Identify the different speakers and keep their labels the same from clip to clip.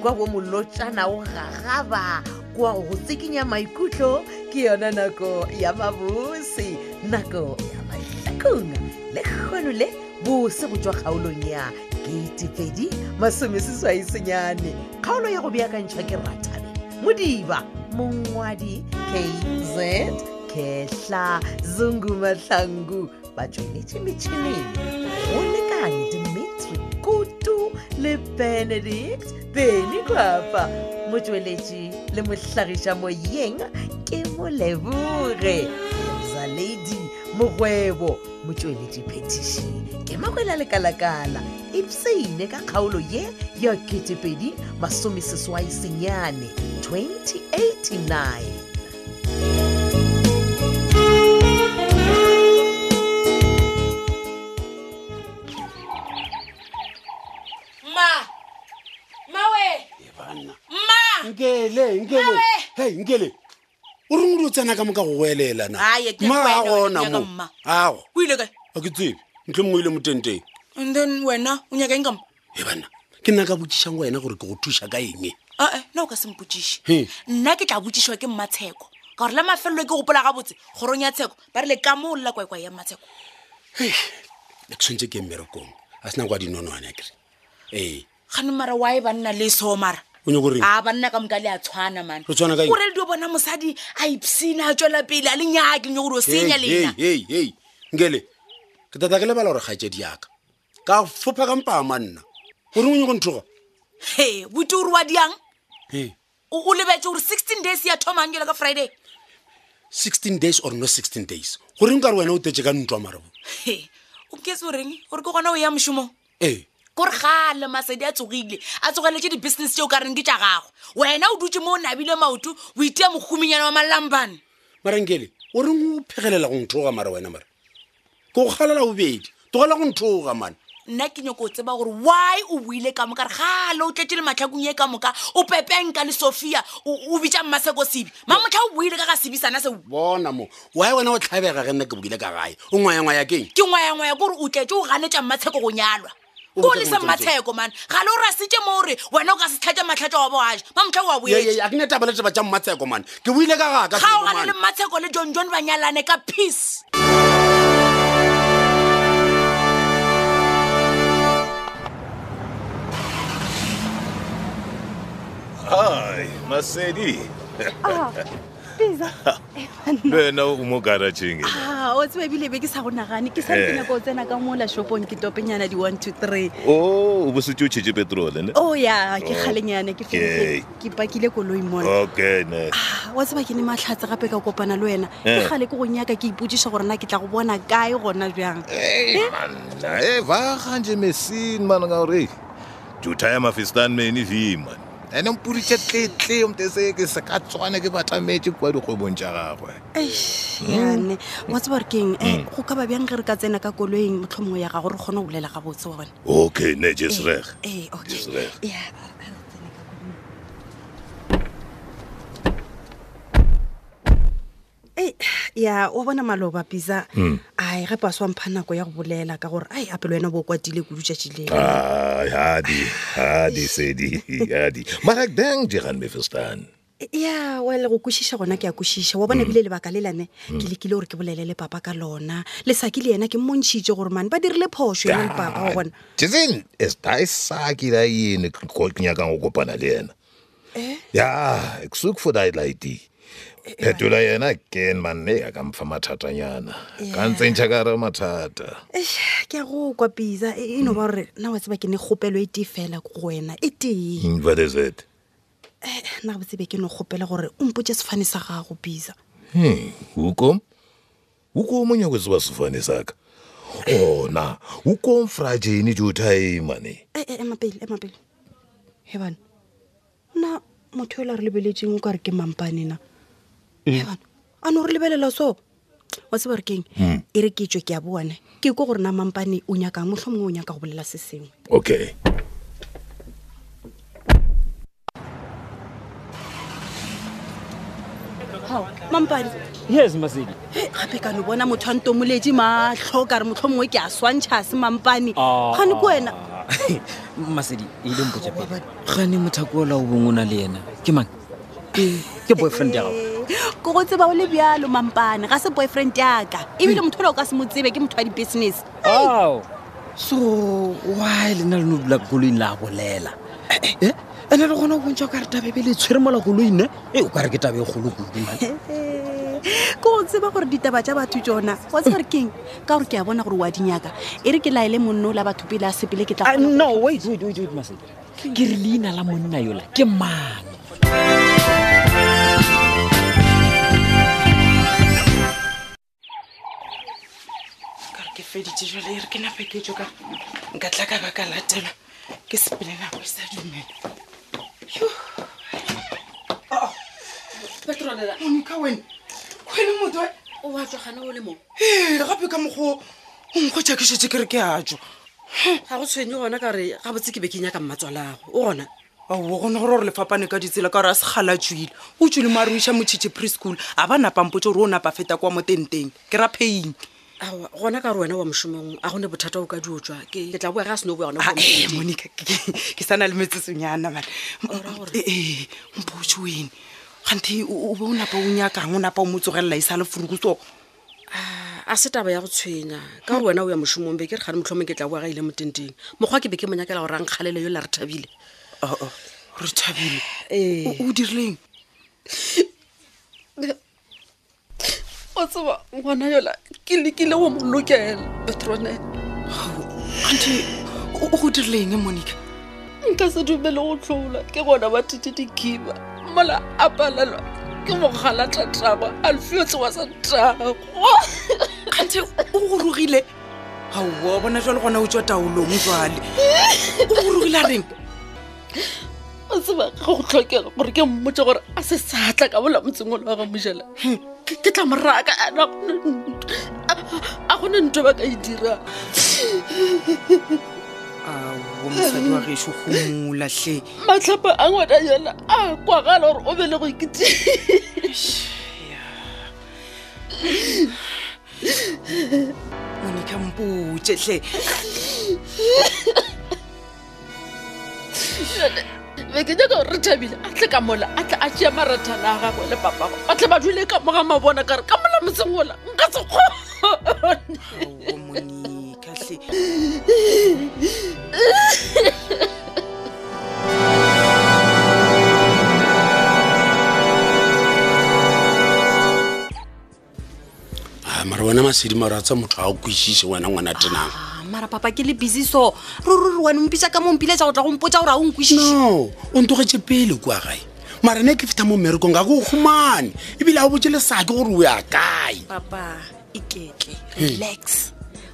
Speaker 1: kwa bo molotšana o gagaba kwa go tsekenya maikutlo ke yona nako ya mabose nako ya mahlakong le kgono le bose go tswa kgaolong ya keitepedi masomeseswai senyane kgaolo ya go beakantšha ke ratabe modiba mongwadi kz kehla zungu mahlangu ba tsweletše metšhineng go lekane dimitri kutu le benedict beny kwapa motsweletši le mohlagiša moyeng ke moleboge za lady mogwebo motsweletši phetiši ke makwela lekalakala ipseine ka kgaolo ye ya 2 masomeseswai senyane 2089
Speaker 2: ma mawe
Speaker 3: banna
Speaker 2: ma
Speaker 3: nkele nkele
Speaker 2: Mawe!
Speaker 3: hei nkele o reng o di o tsena ka moka go welela na
Speaker 2: Aye, ke
Speaker 3: ma a
Speaker 2: kwena
Speaker 3: gona
Speaker 2: wena, ke nyaka
Speaker 3: mo
Speaker 2: mma.
Speaker 3: ago
Speaker 2: o ile kae
Speaker 3: a ke tsebe ntle mongwe ile motenteng
Speaker 2: and then wena o nyaka eng ka mo
Speaker 3: e banna ke nna ka botsišang wena gore ke go thuša ka eng
Speaker 2: ae nna o ka sempotsiše
Speaker 3: He.
Speaker 2: nna ke tla botsišwa ke mmatsheko ka gore la mafelelo ke gopola gabotse kgorong ya tsheko ba rile ka moo lela kwaekwa ya mmatsheko
Speaker 3: Hei, ne ke tshwanetse ke ye mmerekong a sena kwa dinonwane kere ee
Speaker 2: gane mara wae banna le somara
Speaker 3: o nyako reng
Speaker 2: a banna ka moka le a tshwana mane
Speaker 3: Re tshwana ka eng?
Speaker 2: o rele dio bona mosadi a ipsina a tswela pele a lenyake lenyo gore o
Speaker 3: Hei,
Speaker 2: senya lena
Speaker 3: hei, hei, hei, nkele ke tata ke lebala gore kgatsedi yaka ka fopha ka mpaa manna gore o nyako nthoga
Speaker 2: he bote ore wa diang
Speaker 3: Hei,
Speaker 2: o o lebetse gore sixteen days ya thomang jela ka friday
Speaker 3: sixteen days or no sixteen days goreng ka re wena o tetse ka ntwa marabo
Speaker 2: he o nketse o reng gore ke gona o ya mošomong
Speaker 3: ee
Speaker 2: kore gale masedi a tsogile a tsogeletse di-business teo ka reng ke tja gagwe wena o dutse mo o nabile maoto o itea mohuminyana wa malampane
Speaker 3: marankele o reng o phegelela go nthoga mara wena mara ke go galela bobedi tlogela go nthoga mane
Speaker 2: nna ke nyako o tseba gore why o boile ka moka re gale o tletse le matlhakong ye ka moka o pepenka le sophia o o bitsa mmaseko sebi mamotlha o boile ka ga sebisana seo
Speaker 3: bona mo wae wena o tlhabega ge nna ke bokile ka gae o ngwayangwaya keng
Speaker 2: ke ngwayangwaya kore o tletse o ganetsa mmatsheko go nyalwa
Speaker 3: O
Speaker 2: ko o
Speaker 3: botsa
Speaker 2: lese
Speaker 3: botsa botsa.
Speaker 2: mmatsheko mane gale o rasetse mo ore wena o ka se tlhatse matlhatsa wa boaja mamotlha o a
Speaker 3: Ye,
Speaker 2: boetse
Speaker 3: ye, ye, a ke ne taba le taba tša mmatsheko mane ke boile ka gaka
Speaker 2: kgaogane le mmatsheko le john john ba nyalane ka peace
Speaker 4: hai masedi
Speaker 5: pisa
Speaker 4: lwena o mo garageng e?
Speaker 5: a Ah, o tsebe ebile be ke sa go nagane ke sa
Speaker 4: Eh.
Speaker 5: ke nyako o tsena ka mola shopong ke topenyana di-one two three
Speaker 4: o o bosetse o tšhetse petrole ne
Speaker 5: o ya ke
Speaker 4: Oh.
Speaker 5: kgalenyana ke feditse- ke pakile koloi mola
Speaker 4: okay ne
Speaker 5: Ah, wa tseba ke ne matlhatse gape ka kopana le wena
Speaker 4: Eh.
Speaker 5: ke gale ke go nyaka ke ipotšiša gore na ke tla go bona kae gona bjang
Speaker 4: manna e vaganje mesini mana ka gore juthaya mafistan mane v man ene mpuritše tletle omteseke se ka tswane ke batametse kwa dikgwebong tša gagwe Hmm.
Speaker 5: Eish, yane wa tseba gore keng um go ka ba bjang ge re ka tsena ka koloing motlho mongwe ya gago re kgone go bolela gabotse wa bone
Speaker 4: okay ne jes reg
Speaker 5: ee okay
Speaker 4: Yes, reg.
Speaker 5: Ya, a- a re tsene ka koloi. Ei, Eh, ya o bona maloba pisa Ah, e ai gape a swampha nako ya go bolela ka gore ai ape le wena o bo o kwatile kudutšatši
Speaker 4: Ah.
Speaker 5: le
Speaker 4: ai hadi hadi sedi hadi mara dang digan mefistan
Speaker 5: Eh, ya wele go kwešiša gona ke a kwešiša wa bona ebile lebaka le lane ke lekile gore ke bolele le papa ka lona lesaki le yena ke mmontšhitše gore mane ba dirile phošo yena le papa
Speaker 4: Ah.
Speaker 5: wa gona
Speaker 4: Tizin is dai saki la yini ko nyaka go kopana le yena. Eh? Ya, eksuk for dai lady. Phetola yena again man ne ka mfa mathatanyana. Ka ntsentsha ka re mathata.
Speaker 5: Eish, Eh, ke a go kwa pisa e e no ba gore nna wa tseba ke ne kgopelo e tee fela ko go wena e tee
Speaker 4: Mm, What is it?
Speaker 5: nna botse be ke no kgopela gore o mpotse sefane sa gago bisa
Speaker 4: Hmm, huko. Huko mo nyako zwa sufane saka. Oh na, huko mfraje ni jutai mane.
Speaker 5: ee Eh, emapele emapele he bana nna motho yo le a re lebeletseng o ka re ke mampane na he bana a no re lebelela so wa tseba re keng e re ke tswe ke a boane ke ko gore na mampane o nyakang motlho mongwe o nyaka go bolela se sengwe
Speaker 4: Okay.
Speaker 5: mampane
Speaker 6: yes masedi
Speaker 5: he gape ka no bona motho a ntomoletse matlho ka re motlho mongwe ke a swantšha a se mampane
Speaker 6: Ah.
Speaker 5: gane ke wena
Speaker 6: masedi e le mpotsa
Speaker 5: Aowa,
Speaker 6: pele
Speaker 5: bana.
Speaker 6: gane mothako ola o bong o na le ena ke mang ke boyfriend ya gago
Speaker 5: Eh, ke go tseba o le bjalo mampane ga se boyfriend yaka ebile motho ola o ka se mo tsebe ke motho wa di-business
Speaker 6: ao so wy lena le no dula koloing le a bolela Eh, ene le gona o bontšha o ka re tabebe le tshwere mola koloine e o ka re ke tabe e kgolo kudu
Speaker 5: Eh, ke go tseba gore ditaba tša batho tsona wa tseba gore keng ka gore ke a bona gore wa dinyaka e re ke laele monno o la batho pele a sepele ke tla
Speaker 6: Ah, no wait wait wait wait masedi ke re leina la monna yola ke mang
Speaker 7: kare ke feditse jale e re ke nape ke tso ka nka tla ka baka latela ke sepele nako e sa dumela
Speaker 8: Oh,
Speaker 7: monika wena wena motho wa-
Speaker 2: o a tswagane o le mo
Speaker 7: ee gape ka mokgo o nkgwetsa ke shetse ke re ke ajo
Speaker 8: ga go tshwenye gona ka gore ga botse ke be ke nyaka mmatswalago o gona
Speaker 7: ao gona gore gore le fapane ka ditsela ka gore a segala tswile o tswile mo a re o iša motšhitšhe preschool a ba napampotse gore o napa feta kwa mo tenteng ke ra paying
Speaker 8: Aowa, gona ka gore wena wa mošomong a gone bothata o ka dio tswa ke ke tla boa ga a seno boya gona
Speaker 7: Ah,
Speaker 8: kwa
Speaker 7: eh,
Speaker 8: mosebetsing.
Speaker 7: monica ke- ke ke sa na le Eh, metsetsonyana mane
Speaker 8: ra gore?
Speaker 7: ee mpotse wene gante o o be o napa o nyakang o napa o mo tsogelela e sa le foruku so
Speaker 8: Ah, a se taba ya go tshwenya ka gore wena o ya mošomong be ke re gane motlhomong ke tla boa ga ile mo tenteng mokgwa ke be ke mo nyakela gore a nkgalele yo la re thabile Eh.
Speaker 7: Oh, oh, re thabile
Speaker 8: ee
Speaker 7: o o dirileng
Speaker 8: o tseba ngwana yola ke lekile go mo lokela petrone
Speaker 7: gante o o go dirileng eh, monica
Speaker 8: nka se dumele go tlhola ke gona ba tete dikiba mola a palelwa ke mogala tatagwe a lefiotse wa sa tago
Speaker 7: gante o go rogile gaoa bona jwa le gona o tswa taolong jwale o go rogile a reng
Speaker 8: o tseba ga go tlhokega gore ke mmotse gore a se satla ka bola motseng o le wa ga mojela ke ke tla moraka ana a gone nto ba ka e dirang
Speaker 7: ao mosadi wa gešo go molatlhe
Speaker 8: matlhapa a ngwana yona a kwagala gore o bele go ikete
Speaker 7: monica mpotsetlhe
Speaker 8: be ke nyaka gore re thabile a tle ka mola a tle a tšea marathana a gagwe le papago ba tle ba dule ka moga mabona kare ka mola motseng ola nka se kgone
Speaker 7: ao monica tlhe
Speaker 3: a mara Ah, wena masedi mara a tsa motho ga o kwešiše wena ngwana tenang
Speaker 5: Ah, mara papa ke le busy so ruri wane mpitsa ka mompiletsa go tla go mpotsa gore a o nkwešiše
Speaker 3: no o ntogetse pele kua gae mara ne ke fitha mo mmerekong ga ke o humane ebile a o botse lesake gore o ya kae
Speaker 5: papa iketle relax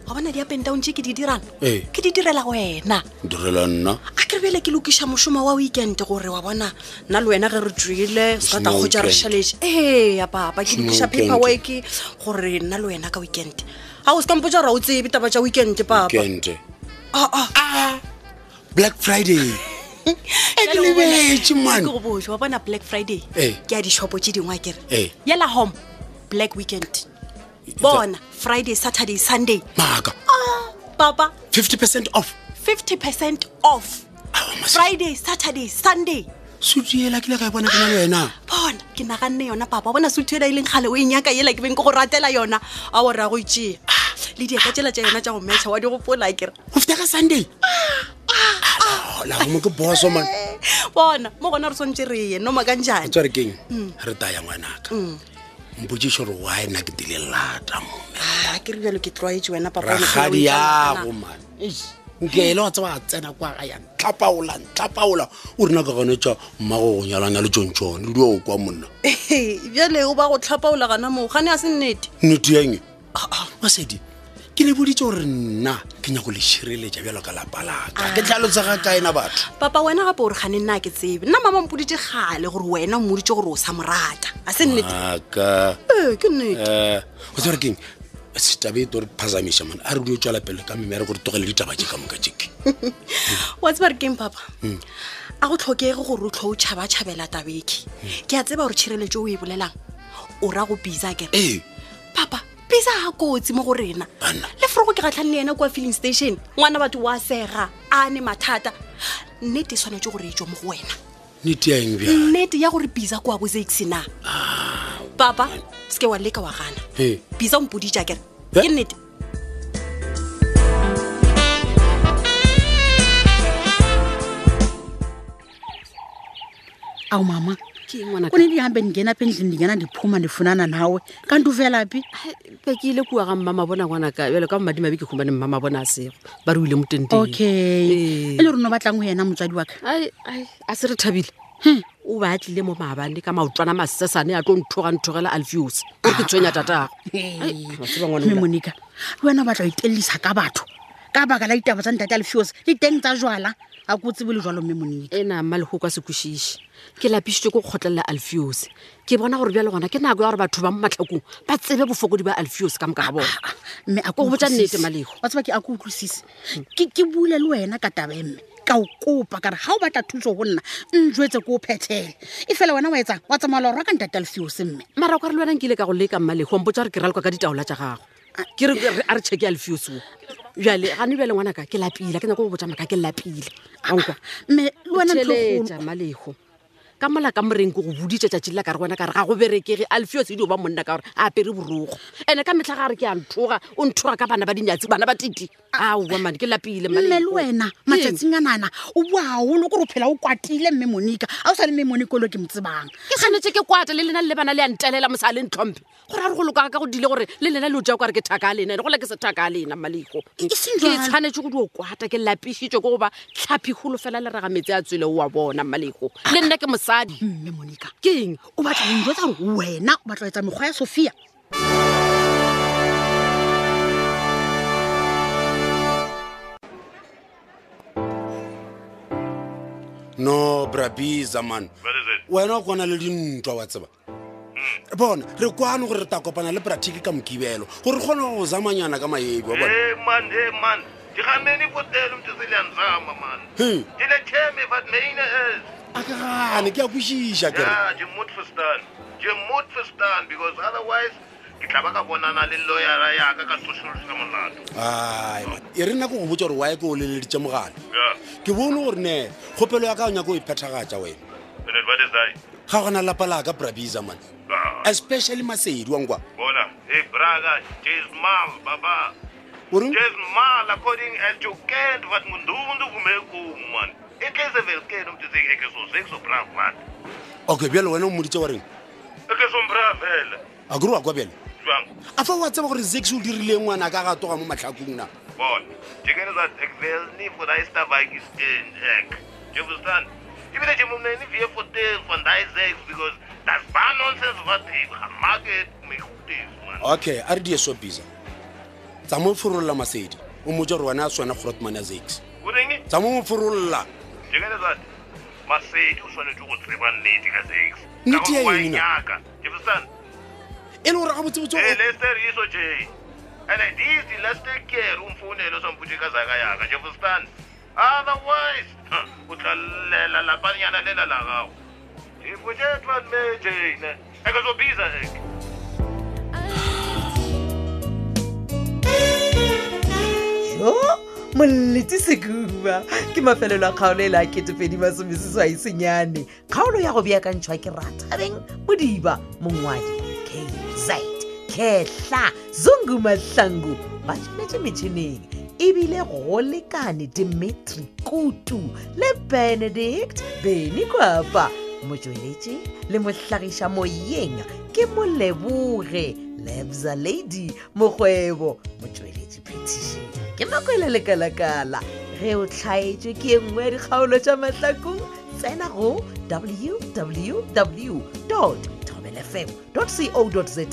Speaker 5: wa bona di-up and down tse ke di dirang
Speaker 3: Ee.
Speaker 5: ke di direla wena
Speaker 3: direla nna
Speaker 5: a ke rebele ke lokiša mošomo wa weekend gore wa bona nna le wena ge re trile se ka
Speaker 3: Mošomo wa
Speaker 5: takgotsa re
Speaker 3: weekend.
Speaker 5: šhaletse ee ya papa ke
Speaker 3: Mošomo wa
Speaker 5: lokiša
Speaker 3: weekend.
Speaker 5: paper work gore nna le wena ka weekend ga o se kampotsa gore a o tsebe taba tša weekend papa
Speaker 3: kente
Speaker 5: Ah, ah.
Speaker 3: black friday e ke
Speaker 5: Jwale o bona-
Speaker 3: lebetse
Speaker 5: ke
Speaker 3: mane
Speaker 5: go botse wa bona black friday
Speaker 3: Ee.
Speaker 5: ke a dishopo tse dingwe a
Speaker 3: Ee.
Speaker 5: kere yela home black weekend bona friday saturday sunday
Speaker 3: maaka
Speaker 5: Ah, papa
Speaker 3: fifty percent off Ah,
Speaker 5: 50 percent off
Speaker 3: Aowa, Masedi.
Speaker 5: friday saturday sunday
Speaker 3: sutu ela kile ka e bona ke na le wena
Speaker 5: bona ke naganne yona papa bona suthu ela e leng gale o e nyaka ela ke beng ke go ratela yona a o raya go itsea le diaka tsela tsa yona tsa go metšha wa di gopola kere
Speaker 3: go fita ka sunday lagomo ke boso man
Speaker 5: bona mo gona re tshwanetse re ye noma ka njane
Speaker 3: tsware keng re taya ngwanaka
Speaker 5: Mm.
Speaker 3: mpotsiso gore wa ena ke dile lata mome
Speaker 5: Ah, ke rebjalo ke tlwaetse wena papa o ne fela o
Speaker 3: ragadi
Speaker 5: etsa
Speaker 3: yago
Speaker 5: ngwanana.
Speaker 3: man nke ele wa tseba a tsena kwa ga ya ntlapaola ntlapaola o rena ka gone tsa mmago go nyalana le tsontsone le dio kwa monna
Speaker 5: Hey, bjale o ba go tlhapaola gana moo gane a se nnete
Speaker 3: nnete yeng ah, masedi ke le boditse gore nna ke nyako le šireletša bjalo ka lapa laka ke tlhalotsaga ka ena batho
Speaker 5: papa wena gape ore gane nna ha ke tsebe nna mama mpoditse gale gore wena o mmoditse gore o sa morata a se nnete
Speaker 3: aka
Speaker 5: ee ke nnete
Speaker 3: um go tsebare keng setabe e to re phasamiša mone a re dio tswela pele ka mmere gore tlogele ditaba tse ka moka jeke
Speaker 5: wa tseba re keng papa a go tlhokege gore o tlho o tšhabatšhabela tabeke ke a tseba gore tšhireletso o e bolelang o ra go bisa kere
Speaker 3: ee
Speaker 5: papa be isa ga kotsi mo go rena le foroko ke gatlhang le ena kwa feeling station ngwana batho wa sega a ne mathata nnete e tshwanetse gore e tswe mo go wena
Speaker 3: nnete ya eng bja
Speaker 5: nnete ya gore bisa kwa boseksi na papa seke wa leka wa gana
Speaker 3: Ee.
Speaker 5: bisa o mpodi jakere
Speaker 3: Eh?
Speaker 5: ke nnete
Speaker 9: awu mama
Speaker 5: ke eng ngwanaka?
Speaker 9: kunini ndihambe ndingena apha endlini ndingena ndiphuma ndifunana nawe kanti uvela phi
Speaker 8: pekile kua ga mmama bona ngwanaka jalo ka mmadimabe ke humane mmama bona a sego ba re o ile mo tenteng
Speaker 9: okay
Speaker 8: Ee.
Speaker 9: e le gore no batlang ho yena motswadi wa ka
Speaker 8: Ai, ai, a se re thabile
Speaker 9: Hmm.
Speaker 8: o ba a tlile mo maabane ka maotwana masesane a tlo nthoganthogelela alfeos ore ke tshwenya tatago
Speaker 9: mme monica le wena o batla ho itelisa ka batho ka baka la ditaba tsa ntate alfios le teng tsa jwala a ko tsebe le jwalo mme monica
Speaker 8: e na mmalego ka se kwešiše ke lapišitse ko kgotlelela alfeos ke bona gore bjale gona ke nako ya gore batho ba mo matlhakong ba tsebe bofokodi ba alfeos ka moka ga bona
Speaker 9: Ah, mme a
Speaker 8: Ke go botša
Speaker 9: utlwisise.
Speaker 8: Oh, nnete, Malego.
Speaker 9: wa tseba ke a ko utlwisise ke ke bule le wena ka tabe mme ka o kopa kare ga o batla thuso go nna njwetse ko o phethele e fela wena wa etsang wa tsamaya la go raka ntate alfios mme
Speaker 8: mara ka re le wena nkile ka go leka mmalego mpotsa gore ke raloka ka ditaola tja gago ke re re- a re cheke alfeoseo bjale gane bjale ngwanaka ke lapile ke nyako go botsa maka ke lapile ankwa
Speaker 9: mme le wena ntho e kgolo-
Speaker 8: theletša malego ka mola ka moreng ke go boditše tšatši la ka re wena ka re ga go berekege alfeos edi o ba monna ka gore a apere borogo ande ka metlha ga re ke a nthoga o nthoga ka bana ba dinyatsi bana ba titi aowa mane ke lapile
Speaker 9: mme le
Speaker 8: Malego.
Speaker 9: wena
Speaker 8: Ke eng?
Speaker 9: matsatsing a nana o boaolo kore o phela o kwatile mme monica ga o sa le mme monica o le ke mo tsebang
Speaker 8: ke tshwanetse ke kwata le lena le le bana le a ntelela mosa a le ntlhomphe gore a re go lokaga ka go dile gore le lena le o jea kare ke thaka a lena ene go la ke se thaka a lena malego
Speaker 9: E seng
Speaker 8: ke
Speaker 9: jwalo.
Speaker 8: tshwanetse go dio kwata ke lapišitse ko goba tlhaphigolo fela le raga metse a tswele o wa bona malego le nna ke mosadi
Speaker 9: mme monica
Speaker 8: ke eng
Speaker 9: o batla go njwetsa gore wena o batla go etsa mekgwa ya sophia
Speaker 3: no brabisa man wena o kwana le dintwa wa tseba bona re kwane gore re ta kopana le pratiki ka mokibelo gore kgone go zamanyana ka maebi wa bona
Speaker 10: Hey man, hey man. Ndihameni kutele umthizilanzama man.
Speaker 3: Hmm.
Speaker 10: Ile cheme but nine is.
Speaker 3: a ke gane ke a kwešiša kere
Speaker 10: Yeah, je moet verstaan. Je moet verstaan because otherwise ke tlaba ka bonana le lawyer ya ka ka tsosolisa molato.
Speaker 3: ai man. e re nna ke go botsa gore wae ke o leleditše mogale
Speaker 10: Yeah.
Speaker 3: ke bone gore ne kgopelo ya ka o nyaka o iphethagatša wena
Speaker 10: And then what is that?
Speaker 3: ga gona lapa la ka brabisa man Eh.
Speaker 10: Ah,
Speaker 3: especially masedi wankwa
Speaker 10: bona. Hey braga, jez mal baba.
Speaker 3: ore
Speaker 10: Jez mal according as you can't wat mundundu kumeko man. Ekese velkeno umthizilanzama ke so sexo bravo man.
Speaker 3: okay bjale wena o moditse wa reng
Speaker 10: Ekese umbravo vela.
Speaker 3: a kere wa kwa bjale
Speaker 10: Jwangu.
Speaker 3: a fa wa tseba gore zex o dirile ngwana ka ga toga mo matlhakong na
Speaker 10: Bon, njengenizat ek wil nie vir daai stabatjies ken ek. Jy verstaan? Jy weet jy moet my nie weer vertel van daai sex because that's bad nonsense wat jy gemaak het met goed is man.
Speaker 3: okay a re die so bisa tsa mo forolola masedi o motse gore wena a swana grotman ya zex
Speaker 10: Hoe dink jy?
Speaker 3: tsa mo mo forolola
Speaker 10: Njengenizat Masedi o tshwanetse go tseba nnete ka sex.
Speaker 3: Nnete ya eng na?
Speaker 10: yena. Jy verstaan?
Speaker 3: e le gore ga botsebotse
Speaker 10: Hey Lester iso nje. And I did the last care umfonelo somputhe kazaka yaka. Jy verstaan? Otherwise, huh, utlalela lapanyana lela la gago. Ifuje twan meje ne. Ekazobiza ek.
Speaker 1: yo molletse sekuba ke mafelelo a kgaolo e le a ketepedi masomeseswai senyane kgaolo ya go beakantšhwa ke ratabeng modiba mongwadi kzit kehla zungu mahlangu ba tšheletse metšhineng ebile go lekane dimitri kutu le benedict beny kwapa motsweletši le mohlagiša moyeng ke moleboge lebza lady mokgwebo motsweletši petition ke nako e le lekalakala ge o tlhaetswe ke e nngwe ya dikgaolo tša mahlakong tsena go www tobelfm co za o tla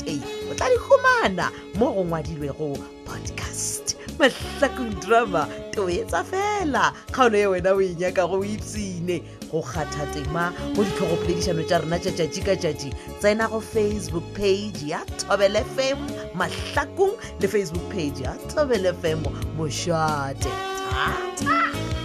Speaker 1: di humana mo go ngwadilwego podcast mahlakong drama toetsa fela kgaolo ye wena o e nyaka go ipsene go kgatha tema go ditlhogopoledišano tša rena tša tšatši ka tšatši tsena go facebook page ya tobel fm mahlakong le facebook page ya tobel fm mošate thata